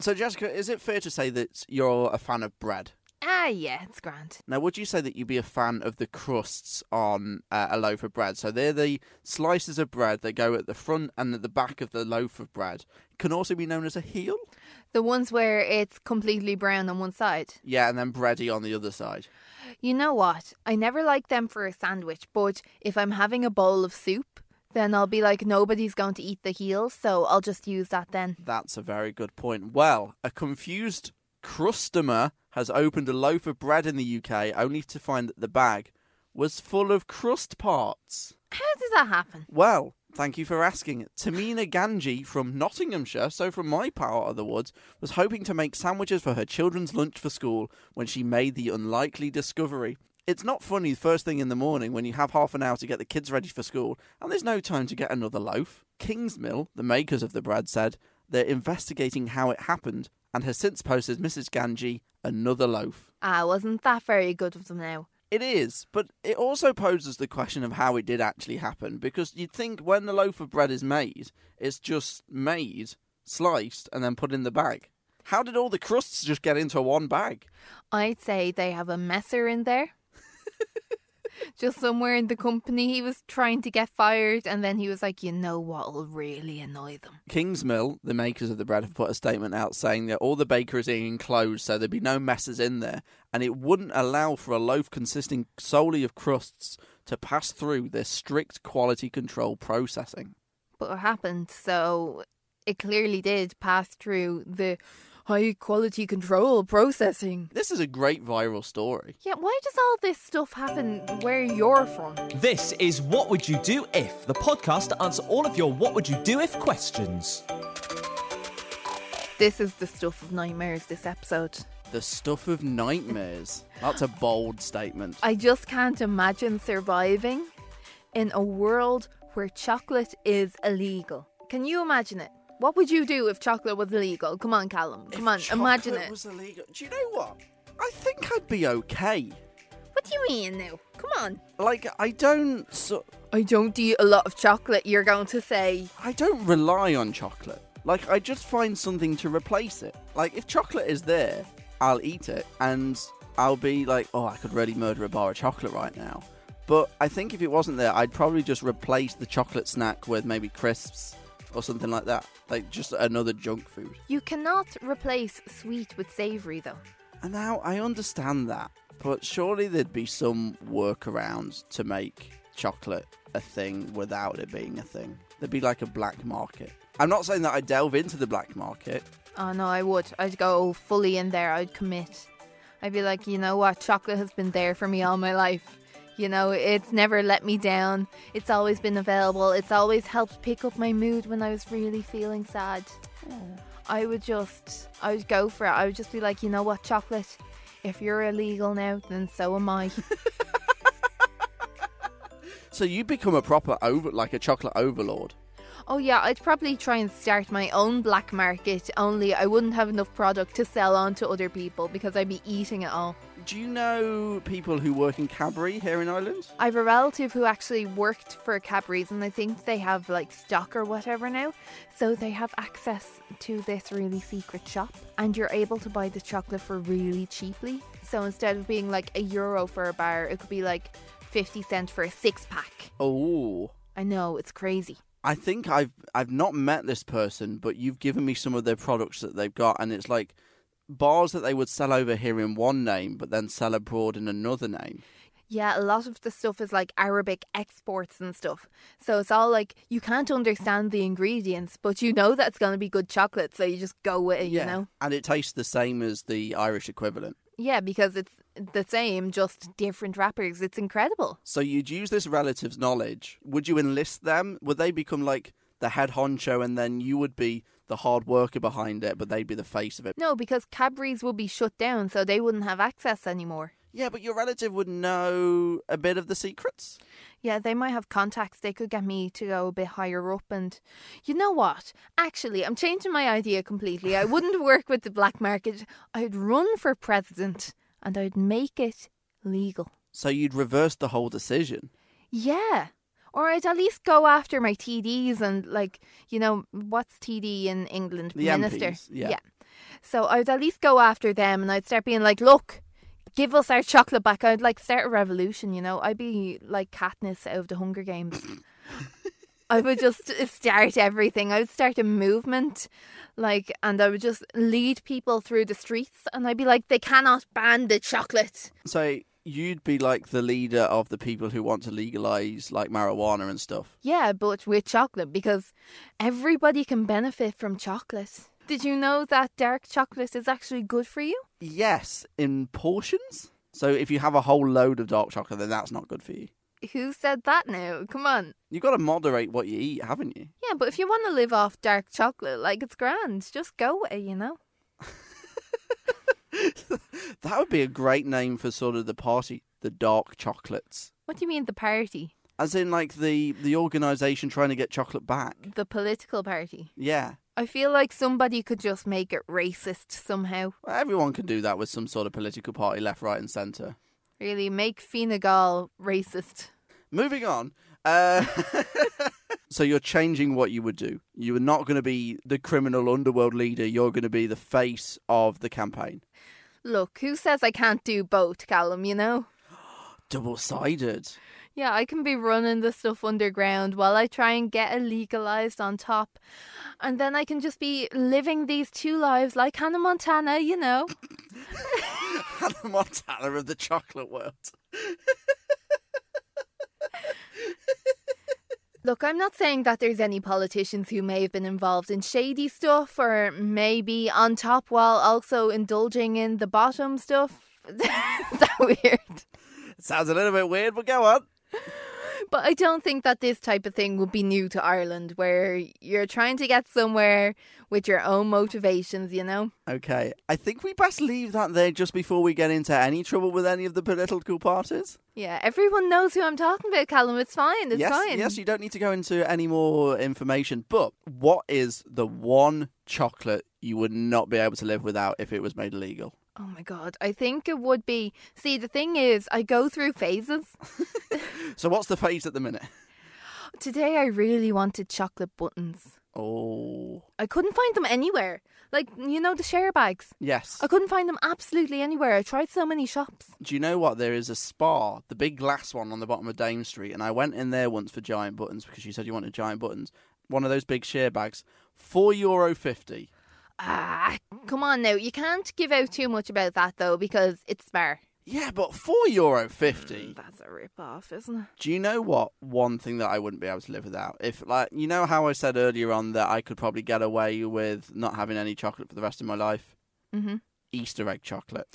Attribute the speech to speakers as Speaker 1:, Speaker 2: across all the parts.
Speaker 1: So, Jessica, is it fair to say that you're a fan of bread?
Speaker 2: Ah, yeah, it's grand.
Speaker 1: Now, would you say that you'd be a fan of the crusts on uh, a loaf of bread? So they're the slices of bread that go at the front and at the back of the loaf of bread. Can also be known as a heel.
Speaker 2: The ones where it's completely brown on one side.
Speaker 1: Yeah, and then bready on the other side.
Speaker 2: You know what? I never like them for a sandwich, but if I'm having a bowl of soup, then I'll be like, nobody's going to eat the heel, so I'll just use that then.
Speaker 1: That's a very good point. Well, a confused customer has opened a loaf of bread in the UK only to find that the bag was full of crust parts.
Speaker 2: How does that happen?
Speaker 1: Well, thank you for asking. Tamina Ganji from Nottinghamshire, so from my part of the woods, was hoping to make sandwiches for her children's lunch for school when she made the unlikely discovery. It's not funny first thing in the morning when you have half an hour to get the kids ready for school and there's no time to get another loaf. Kingsmill, the makers of the bread, said they're investigating how it happened and has since posted Mrs. Ganji another loaf.
Speaker 2: Ah, wasn't that very good of them now?
Speaker 1: It is, but it also poses the question of how it did actually happen because you'd think when the loaf of bread is made, it's just made, sliced, and then put in the bag. How did all the crusts just get into one bag?
Speaker 2: I'd say they have a messer in there. Just somewhere in the company, he was trying to get fired, and then he was like, you know what'll really annoy them?
Speaker 1: Kingsmill, the makers of the bread, have put a statement out saying that all the bakeries are enclosed, so there'd be no messes in there, and it wouldn't allow for a loaf consisting solely of crusts to pass through their strict quality control processing.
Speaker 2: But it happened, so it clearly did pass through the high quality control processing.
Speaker 1: This is a great viral story.
Speaker 2: Yeah, why does all this stuff happen where you're from?
Speaker 3: This is What Would You Do If, the podcast to answer all of your What Would You Do If questions.
Speaker 2: This is the stuff of nightmares, this episode.
Speaker 1: The stuff of nightmares. That's a bold statement.
Speaker 2: I just can't imagine surviving in a world where chocolate is illegal. Can you imagine it? What would you do if chocolate was illegal? Come on, Callum. Come on,
Speaker 1: If
Speaker 2: imagine
Speaker 1: chocolate
Speaker 2: it.
Speaker 1: was illegal. Do you know what? I think I'd be okay.
Speaker 2: What do you mean now? Come on.
Speaker 1: Like I don't so,
Speaker 2: I don't eat a lot of chocolate, you're going to say.
Speaker 1: I don't rely on chocolate. Like I just find something to replace it. Like if chocolate is there, I'll eat it and I'll be like, "Oh, I could really murder a bar of chocolate right now." But I think if it wasn't there, I'd probably just replace the chocolate snack with maybe crisps or something like that. Like just another junk food.
Speaker 2: You cannot replace sweet with savoury, though.
Speaker 1: And now I understand that, but surely there'd be some workaround to make chocolate a thing without it being a thing. There'd be like a black market. I'm not saying that I delve into the black market.
Speaker 2: Oh no, I would. I'd go fully in there. I'd commit. I'd be like, you know what? Chocolate has been there for me all my life. You know, it's never let me down. It's always been available. It's always helped pick up my mood when I was really feeling sad. Oh. I would just, I would go for it. I would just be like, you know what, chocolate? If you're illegal now, then so am I.
Speaker 1: So you become a proper over, like a chocolate overlord.
Speaker 2: oh yeah, I'd probably try and start my own black market, only I wouldn't have enough product to sell on to other people because I'd be eating it all.
Speaker 1: Do you know people who work in Cadbury here in Ireland?
Speaker 2: I have a relative who actually worked for Cadbury's and I think they have like stock or whatever now. So they have access to this really secret shop and you're able to buy the chocolate for really cheaply. So instead of being like a euro for a bar, it could be like 50 cent for a six pack.
Speaker 1: Oh,
Speaker 2: I know, it's crazy.
Speaker 1: I think I've I've not met this person, but you've given me some of their products that they've got, and it's like bars that they would sell over here in one name, but then sell abroad in another name.
Speaker 2: Yeah, a lot of the stuff is like Arabic exports and stuff. So it's all like you can't understand the ingredients, but you know that's going to be good chocolate. So you just go with it, you know?
Speaker 1: And it tastes the same as the Irish equivalent.
Speaker 2: Yeah, because it's the same, just different wrappers. It's incredible.
Speaker 1: So you'd use this relative's knowledge. Would you enlist them? Would they become like the head honcho and then you would be the hard worker behind it, but they'd be the face of it?
Speaker 2: No, because Cadbury's will be shut down, so they wouldn't have access anymore.
Speaker 1: Yeah, but your relative would know a bit of the secrets.
Speaker 2: Yeah, they might have contacts. They could get me to go a bit higher up. And you know what? Actually, I'm changing my idea completely. I wouldn't work with the black market. I'd run for president and I'd make it legal.
Speaker 1: So you'd reverse the whole decision.
Speaker 2: Yeah. Or I'd at least go after my TDs and, like, you know, what's TD in England?
Speaker 1: The
Speaker 2: Minister.
Speaker 1: MPs, yeah.
Speaker 2: yeah. So I'd at least go after them and I'd start being like, look, give us our chocolate back. I'd like start a revolution, you know? I'd be like Katniss out of the Hunger Games. I would just start everything. I would start a movement, like, and I would just lead people through the streets and I'd be like, they cannot ban the chocolate.
Speaker 1: So you'd be like the leader of the people who want to legalize like marijuana and stuff.
Speaker 2: Yeah, but with chocolate because everybody can benefit from chocolate. Did you know that dark chocolate is actually good for you?
Speaker 1: Yes, in portions. So if you have a whole load of dark chocolate, then that's not good for you.
Speaker 2: Who said that now? Come on.
Speaker 1: You've got to moderate what you eat, haven't you?
Speaker 2: Yeah, but if you want to live off dark chocolate, like it's grand, just go away, you know?
Speaker 1: That would be a great name for sort of the party, the dark chocolates.
Speaker 2: What do you mean, the party?
Speaker 1: As in like the the organization trying to get chocolate back.
Speaker 2: The political party.
Speaker 1: Yeah.
Speaker 2: I feel like somebody could just make it racist somehow.
Speaker 1: Well, everyone can do that with some sort of political party left, right and center.
Speaker 2: Really, make Fine Gael racist.
Speaker 1: Moving on. Uh, so you're changing what you would do. You are not going to be the criminal underworld leader. You're going to be the face of the campaign.
Speaker 2: Look, who says I can't do both, Callum, you know?
Speaker 1: Double sided.
Speaker 2: Yeah, I can be running the stuff underground while I try and get it legalized on top. And then I can just be living these two lives like Hannah Montana, you know?
Speaker 1: Hannah Montana of the chocolate world.
Speaker 2: Look, I'm not saying that there's any politicians who may have been involved in shady stuff or maybe on top while also indulging in the bottom stuff. Is that weird?
Speaker 1: Sounds a little bit weird, but go on.
Speaker 2: But I don't think that this type of thing would be new to Ireland where you're trying to get somewhere with your own motivations, you know?
Speaker 1: Okay, I think we best leave that there just before we get into any trouble with any of the political parties.
Speaker 2: Yeah, everyone knows who I'm talking about, Callum. It's fine. It's
Speaker 1: yes,
Speaker 2: fine.
Speaker 1: yes, you don't need to go into any more information. But what is the one chocolate you would not be able to live without if it was made illegal?
Speaker 2: Oh my god, I think it would be. See, the thing is, I go through phases.
Speaker 1: So what's the phase at the minute?
Speaker 2: Today I really wanted chocolate buttons.
Speaker 1: Oh,
Speaker 2: I couldn't find them anywhere. Like, you know, the share bags.
Speaker 1: yes.
Speaker 2: I couldn't find them absolutely anywhere. I tried so many shops.
Speaker 1: Do you know what? There is a spa, the big glass one on the bottom of Dame Street, and I went in there once for giant buttons because you said you wanted giant buttons. One of those big sheer bags, four euro fifty.
Speaker 2: Ah, come on now. You can't give out too much about that though because it's spare.
Speaker 1: Yeah, but four euro fifty.
Speaker 2: That's a rip off, isn't it?
Speaker 1: Do you know what one thing that I wouldn't be able to live without? If like you know how I said earlier on that I could probably get away with not having any chocolate for the rest of my life?
Speaker 2: Mhm.
Speaker 1: Mm-hmm. Easter egg chocolate.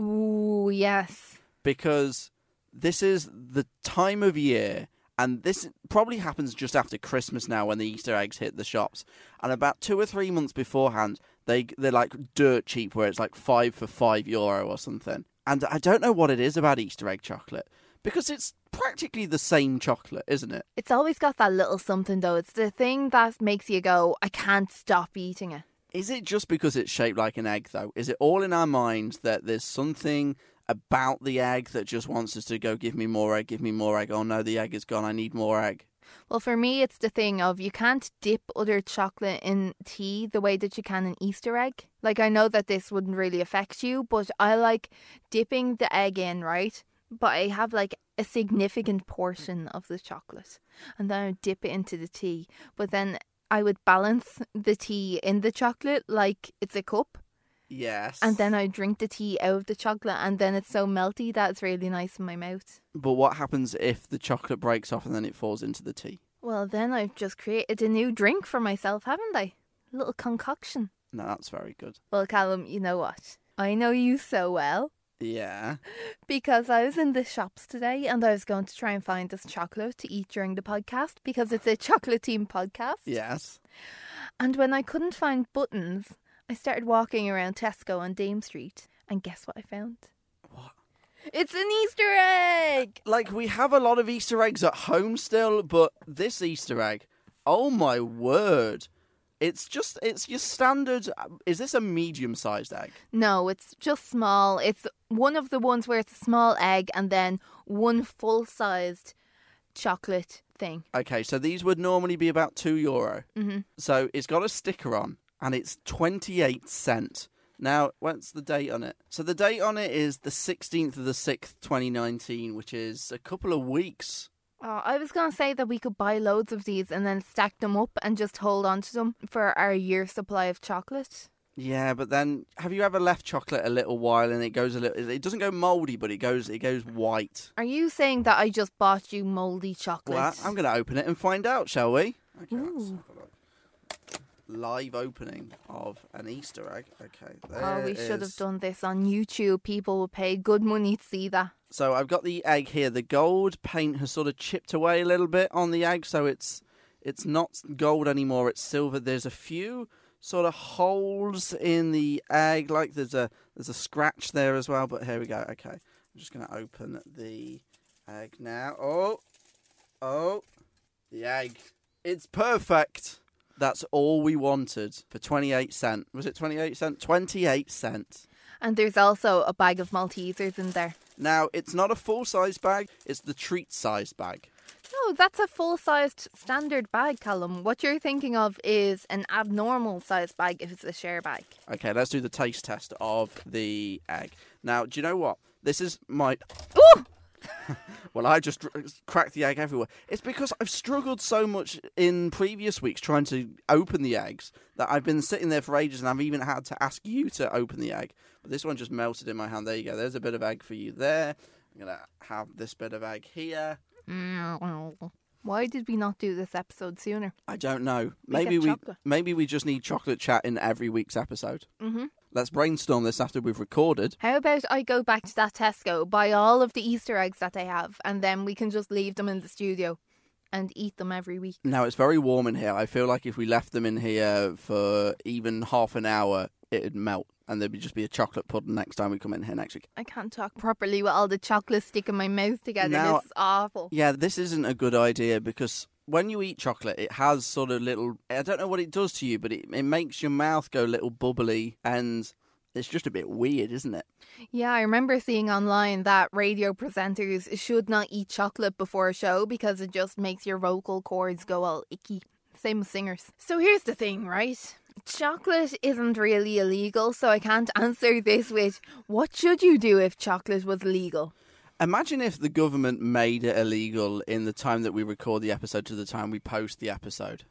Speaker 2: Ooh, yes.
Speaker 1: Because this is the time of year and this probably happens just after Christmas now when the Easter eggs hit the shops. And about two or three months beforehand, they they're like dirt cheap where it's like five for five euro or something. And I don't know what it is about Easter egg chocolate. Because it's practically the same chocolate, isn't it?
Speaker 2: It's always got that little something though. It's the thing that makes you go, I can't stop eating it.
Speaker 1: Is it just because it's shaped like an egg, though? Is it all in our minds that there's something about the egg that just wants us to go, give me more egg, give me more egg? Oh no, the egg is gone. I need more egg.
Speaker 2: Well, for me, it's the thing of you can't dip other chocolate in tea the way that you can an Easter egg. Like, I know that this wouldn't really affect you, but I like dipping the egg in, right? But I have like a significant portion of the chocolate and then I would dip it into the tea. But then I would balance the tea in the chocolate like it's a cup.
Speaker 1: Yes.
Speaker 2: And then I drink the tea out of the chocolate, and then it's so melty that it's really nice in my mouth.
Speaker 1: But what happens if the chocolate breaks off and then it falls into the tea?
Speaker 2: Well, then I've just created a new drink for myself, haven't I? Little concoction.
Speaker 1: No, that's very good.
Speaker 2: Well, Callum, you know what? I know you so well
Speaker 1: Yeah.
Speaker 2: because I was in the shops today and I was going to try and find this chocolate to eat during the podcast because it's a chocolate themed podcast.
Speaker 1: Yes.
Speaker 2: And when I couldn't find buttons, I started walking around Tesco on Dame Street. And guess what I found?
Speaker 1: What?
Speaker 2: It's an Easter egg!
Speaker 1: Like, we have a lot of Easter eggs at home still, but this Easter egg, oh my word. It's just, it's your standard. uh, Is this a medium sized egg?
Speaker 2: No, it's just small. It's one of the ones where it's a small egg and then one full sized chocolate thing.
Speaker 1: Okay, so these would normally be about two euro.
Speaker 2: Mhm.
Speaker 1: So it's got a sticker on, and it's twenty eight cent. Now, what's the date on it? So the date on it is the 16th of the 6th, 2019, which is a couple of weeks.
Speaker 2: Oh, I was going to say that we could buy loads of these and then stack them up and just hold on to them for our year supply of chocolate.
Speaker 1: Yeah, but then have you ever left chocolate a little while and it goes a little it doesn't go moldy, but it goes it goes white.
Speaker 2: Are you saying that I just bought you moldy chocolate?
Speaker 1: Well, I'm going to open it and find out, shall we? Okay, let's
Speaker 2: Ooh.
Speaker 1: have a look. Live opening of an Easter egg. Okay.
Speaker 2: Oh,
Speaker 1: there
Speaker 2: we
Speaker 1: it
Speaker 2: should have
Speaker 1: is.
Speaker 2: done this on YouTube. People would pay good money to see that.
Speaker 1: So I've got the egg here. The gold paint has sort of chipped away a little bit on the egg, so it's it's not gold anymore. It's silver. There's a few sort of holes in the egg, like there's a there's a scratch there as well. But here we go. Okay, I'm just gonna open the egg now. Oh, oh, the egg. It's perfect. That's all we wanted for 28 cent. Was it 28 cent? 28 cent.
Speaker 2: And there's also a bag of Maltesers in there.
Speaker 1: Now, it's not a full size bag, it's the treat size bag.
Speaker 2: No, that's a full sized standard bag, Callum. What you're thinking of is an abnormal sized bag if it's a share bag.
Speaker 1: Okay, let's do the taste test of the egg. Now, do you know what? This is my.
Speaker 2: Ooh!
Speaker 1: Well, I just r- cracked the egg everywhere. It's because I've struggled so much in previous weeks trying to open the eggs that I've been sitting there for ages and I've even had to ask you to open the egg. But this one just melted in my hand. There you go. There's a bit of egg for you there. I'm going to have this bit of egg here.
Speaker 2: Why did we not do this episode sooner?
Speaker 1: I don't know.
Speaker 2: Make
Speaker 1: Maybe
Speaker 2: a
Speaker 1: we
Speaker 2: chocolate.
Speaker 1: maybe we just need chocolate chat in every week's episode.
Speaker 2: hmm
Speaker 1: Let's brainstorm this after we've recorded.
Speaker 2: How about I go back to that Tesco, buy all of the Easter eggs that they have, and then we can just leave them in the studio and eat them every week.
Speaker 1: Now it's very warm in here. I feel like if we left them in here for even half an hour, it'd melt, and there'd be- just be a chocolate pudding next time we come in here next week.
Speaker 2: I can't talk properly with all the chocolate sticking my mouth together.
Speaker 1: Now-
Speaker 2: this is awful.
Speaker 1: Yeah, this isn't a good idea because when you eat chocolate, it has sort of little. I don't know what it does to you, but it, it makes your mouth go little bubbly, and it's just a bit weird, isn't it?
Speaker 2: Yeah, I remember seeing online that radio presenters should not eat chocolate before a show because it just makes your vocal cords go all icky. Same with singers. So here's the thing, right? Chocolate isn't really illegal, so I can't answer this with what should you do if chocolate was legal?
Speaker 1: Imagine if the government made it illegal in the time that we record the episode to the time we post the episode.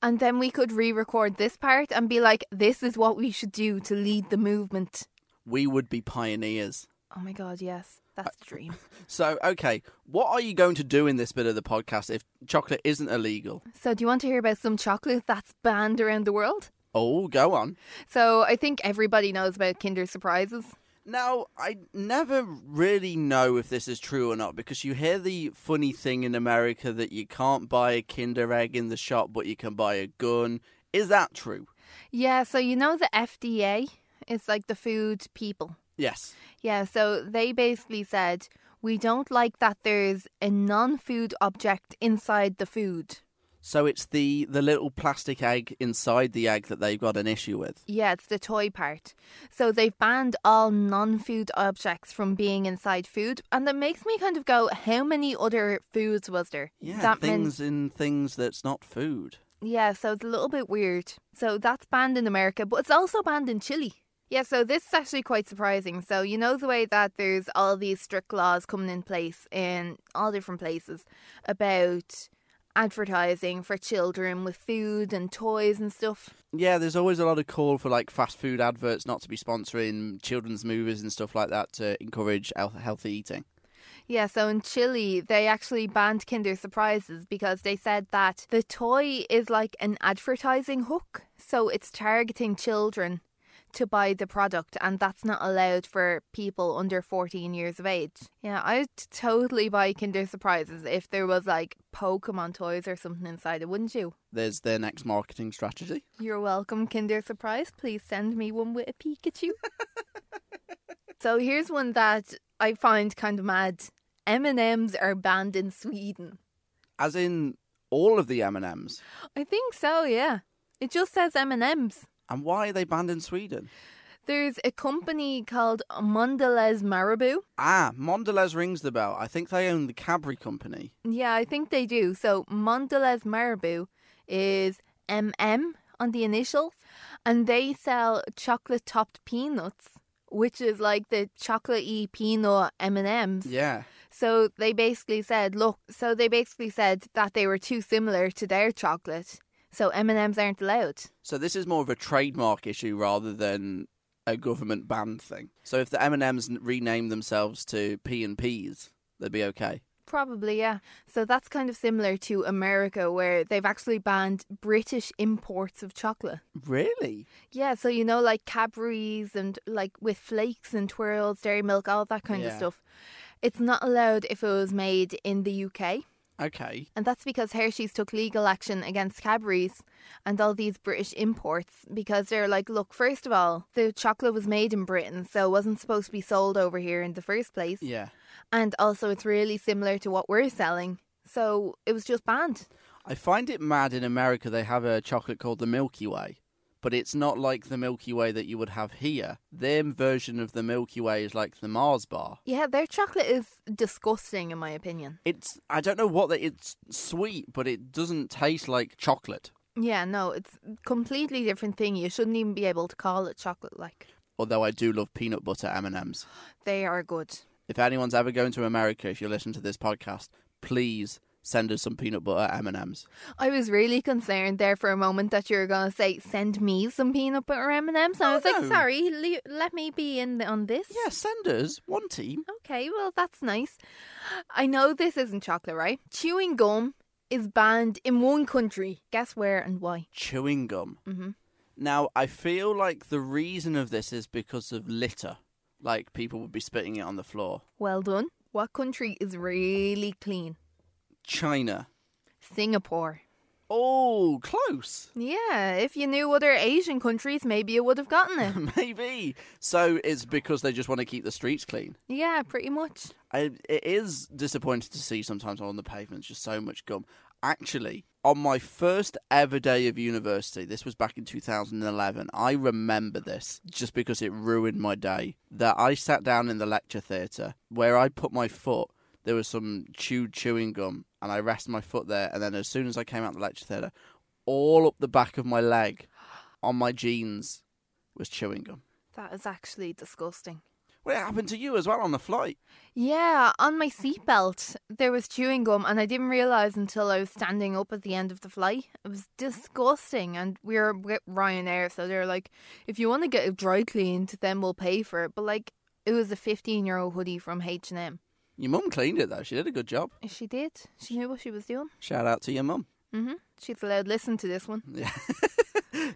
Speaker 2: And then we could re record this part and be like, this is what we should do to lead the movement.
Speaker 1: We would be pioneers.
Speaker 2: Oh my god, yes. That's the dream.
Speaker 1: So, okay, what are you going to do in this bit of the podcast if chocolate isn't illegal?
Speaker 2: So, do you want to hear about some chocolate that's banned around the world?
Speaker 1: Oh, go on.
Speaker 2: So I think everybody knows about Kinder Surprises.
Speaker 1: Now, I never really know if this is true or not because you hear the funny thing in America that you can't buy a Kinder Egg in the shop, but you can buy a gun. Is that true?
Speaker 2: Yeah, so you know the FDA? It's like the food people.
Speaker 1: Yes.
Speaker 2: Yeah, so they basically said, we don't like that there's a non food object inside the food.
Speaker 1: So it's the, the little plastic egg inside the egg that they've got an issue with.
Speaker 2: Yeah, it's the toy part. So they've banned all non food objects from being inside food. And that makes me kind of go, how many other foods was there?
Speaker 1: Yeah,
Speaker 2: that meant-
Speaker 1: things in things that's not food.
Speaker 2: Yeah, so it's a little bit weird. So that's banned in America, but it's also banned in Chile. Yeah, so this is actually quite surprising. So, you know, the way that there's all these strict laws coming in place in all different places about advertising for children with food and toys and stuff.
Speaker 1: Yeah, there's always a lot of call for like fast food adverts not to be sponsoring children's movies and stuff like that to encourage health- healthy eating.
Speaker 2: Yeah, so in Chile, they actually banned Kinder Surprises because they said that the toy is like an advertising hook. So it's targeting children to buy the product, and that's not allowed for people under 14 years of age. Yeah, I'd totally buy Kinder Surprises if there was like Pokemon toys or something inside it, wouldn't you?
Speaker 1: There's their next marketing strategy.
Speaker 2: You're welcome, Kinder Surprise. Please send me one with a Pikachu. so here's one that I find kind of mad. M and M's are banned in Sweden.
Speaker 1: As in all of the M&Ms.
Speaker 2: I think so. Yeah, it just says M and M's.
Speaker 1: And why are they banned in Sweden?
Speaker 2: There's a company called Mondelez Marabou.
Speaker 1: Ah, Mondelez rings the bell. I think they own the Cadbury company.
Speaker 2: Yeah, I think they do. So Mondelez Marabou is MM on the initials, and they sell chocolate topped peanuts, which is like the chocolatey peanut M and M's.
Speaker 1: Yeah.
Speaker 2: So they basically said, look, so they basically said that they were too similar to their chocolate, so M and M's aren't allowed.
Speaker 1: So this is more of a trademark issue rather than a government ban thing. So if the M&Ms n- rename themselves to P and P's, they'd be okay.
Speaker 2: Probably, yeah. So that's kind of similar to America, where they've actually banned British imports of chocolate.
Speaker 1: Really?
Speaker 2: Yeah, so you know, like Cadbury's and like with flakes and twirls, dairy milk, all that kind of
Speaker 1: Yeah.
Speaker 2: stuff. It's not allowed if it was made in the UK.
Speaker 1: Okay.
Speaker 2: And that's because Hershey's took legal action against Cadbury's and all these British imports because they're like, look, first of all, the chocolate was made in Britain, so it wasn't supposed to be sold over here in the first place.
Speaker 1: Yeah.
Speaker 2: And also, it's really similar to what we're selling. So it was just banned.
Speaker 1: I find it mad in America they have a chocolate called the Milky Way, but it's not like the Milky Way that you would have here. Their version of the Milky Way is like the Mars bar.
Speaker 2: Yeah, their chocolate is disgusting, in my opinion.
Speaker 1: It's I don't know what the, it's sweet, but it doesn't taste like chocolate.
Speaker 2: Yeah, no, it's a completely different thing. You shouldn't even be able to call it chocolate. Like,
Speaker 1: Although I do love peanut butter M&Ms.
Speaker 2: they are good.
Speaker 1: If anyone's ever going to America, if you listen to this podcast, please send us some peanut butter M&Ms.
Speaker 2: I was really concerned there for a moment that you were going to say, "Send me some peanut butter M and M's." I
Speaker 1: Oh,
Speaker 2: was like,
Speaker 1: no.
Speaker 2: "Sorry, le- let me be in the- on this."
Speaker 1: Yeah, send us one team.
Speaker 2: Okay, well that's nice. I know this isn't chocolate, right? Chewing gum is banned in one country. Guess where and why?
Speaker 1: Chewing gum.
Speaker 2: hmm
Speaker 1: Now, I feel like the reason of this is because of litter. Like people would be spitting it on the floor.
Speaker 2: Well done. What country is really clean?
Speaker 1: China.
Speaker 2: Singapore.
Speaker 1: Oh, close.
Speaker 2: Yeah, if you knew other Asian countries, maybe you would have gotten it.
Speaker 1: Maybe. So it's because they just want to keep the streets clean.
Speaker 2: yeah, pretty much.
Speaker 1: I, it is disappointing to see sometimes on the pavements just so much gum. Actually, on my first ever day of university, this was back in 2011, I remember this just because it ruined my day. That I sat down in the lecture theatre where I put my foot, there was some chewed chewing gum, and I rested my foot there. And then as soon as I came out the lecture theatre, all up the back of my leg on my jeans was chewing gum.
Speaker 2: That is actually disgusting.
Speaker 1: Well, it happened to you as well on the flight.
Speaker 2: Yeah, on my seatbelt there was chewing gum, and I didn't realize until I was standing up at the end of the flight. It was disgusting, and we were with Ryanair, so they're like, "If you want to get it dry cleaned, then we'll pay for it." But like, it was a fifteen-year-old hoodie from H and M.
Speaker 1: Your mum cleaned it though. She did a good job.
Speaker 2: She did. She knew what she was doing.
Speaker 1: Shout out to your mum.
Speaker 2: Mhm. She's allowed to listen to this one.
Speaker 1: Yeah.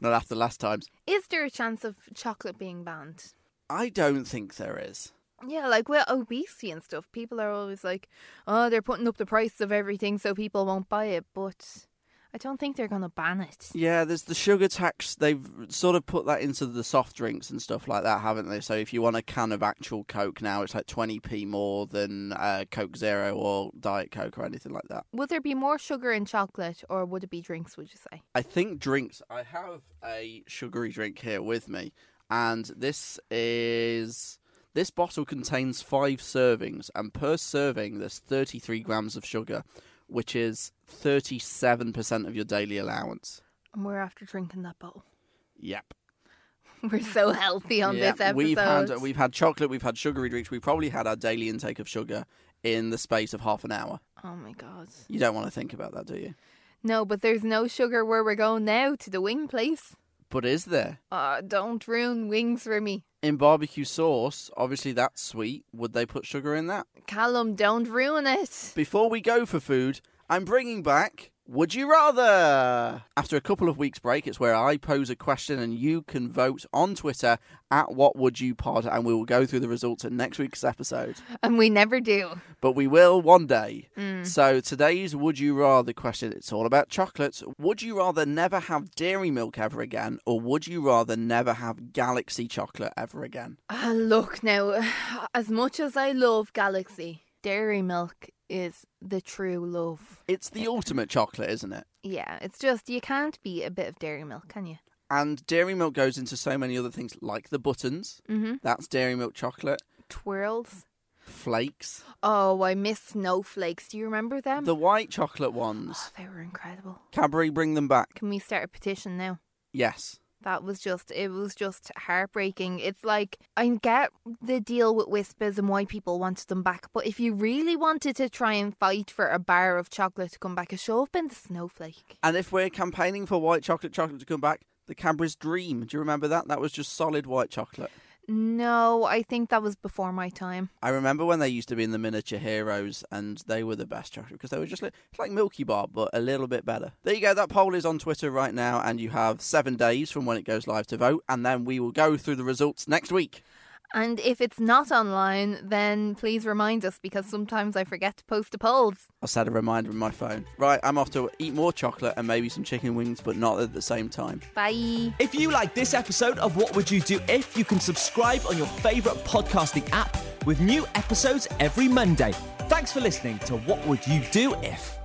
Speaker 1: Not after last times.
Speaker 2: Is there a chance of chocolate being banned?
Speaker 1: I don't think there is.
Speaker 2: Yeah, like with obesity and stuff, people are always like, oh, they're putting up the price of everything so people won't buy it, but I don't think they're going to ban it.
Speaker 1: Yeah, there's the sugar tax. They've sort of put that into the soft drinks and stuff like that, haven't they? So if you want a can of actual Coke now, it's like 20p more than uh, Coke Zero or Diet Coke or anything like that.
Speaker 2: Would there be more sugar in chocolate or would it be drinks, would you say?
Speaker 1: I think drinks. I have a sugary drink here with me, and this is. This bottle contains five servings, and per serving, there's 33 grams of sugar, which is 37% of your daily allowance.
Speaker 2: And we're after drinking that bottle.
Speaker 1: Yep.
Speaker 2: We're so healthy on
Speaker 1: Yeah,
Speaker 2: this episode.
Speaker 1: We've had we've had chocolate, we've had sugary drinks, we've probably had our daily intake of sugar in the space of half an hour.
Speaker 2: oh my God.
Speaker 1: You don't want to think about that, do you?
Speaker 2: No, but there's no sugar where we're going now to the wing place.
Speaker 1: But is there?
Speaker 2: Uh, don't ruin wings for me.
Speaker 1: In barbecue sauce, obviously that's sweet. Would they put sugar in that?
Speaker 2: Callum, don't ruin it.
Speaker 1: Before we go for food, I'm bringing back Would You Rather? After a couple of weeks' break, it's where I pose a question and you can vote on Twitter at What Would You Pod, and we will go through the results in next week's episode.
Speaker 2: And we never do.
Speaker 1: But we will one day. So today's Would You Rather question, it's all about chocolates. Would you rather never have dairy milk ever again, or would you rather never have galaxy chocolate ever again?
Speaker 2: Ah, look now, as much as I love Galaxy, dairy milk is the true love.
Speaker 1: It's the ultimate chocolate, isn't it?
Speaker 2: Yeah, it's just you can't beat a bit of dairy milk, can you?
Speaker 1: And dairy milk goes into so many other things, like the buttons.
Speaker 2: Mm-hmm.
Speaker 1: That's dairy milk chocolate.
Speaker 2: Twirls.
Speaker 1: Flakes.
Speaker 2: Oh, I miss snowflakes. Do you remember them?
Speaker 1: The white chocolate ones.
Speaker 2: Oh, they were incredible.
Speaker 1: Cadbury, bring them back.
Speaker 2: Can we start a petition now?
Speaker 1: Yes.
Speaker 2: That was just it was just heartbreaking. It's like I get the deal with whispers and why people wanted them back, but if you really wanted to try and fight for a bar of chocolate to come back, it should have been the snowflake.
Speaker 1: And if we're campaigning for white chocolate chocolate to come back, the Cadbury's Dream. Do you remember that? That was just solid white chocolate.
Speaker 2: No, I think that was before my time.
Speaker 1: I remember when they used to be in the miniature heroes, and they were the best chocolate because they were just li- it's like Milky Bar, but a little bit better. There you go. That poll is on Twitter right now, and you have seven days from when it goes live to vote, and then we will go through the results next week.
Speaker 2: And if it's not online, then please remind us because sometimes I forget to post the polls.
Speaker 1: I set a reminder in my phone. Right, I'm off to eat more chocolate and maybe some chicken wings, but not at the same time.
Speaker 2: Bye.
Speaker 3: If you like this episode of What Would You Do If, you can subscribe on your favourite podcasting app with new episodes every Monday. Thanks for listening to What Would You Do If.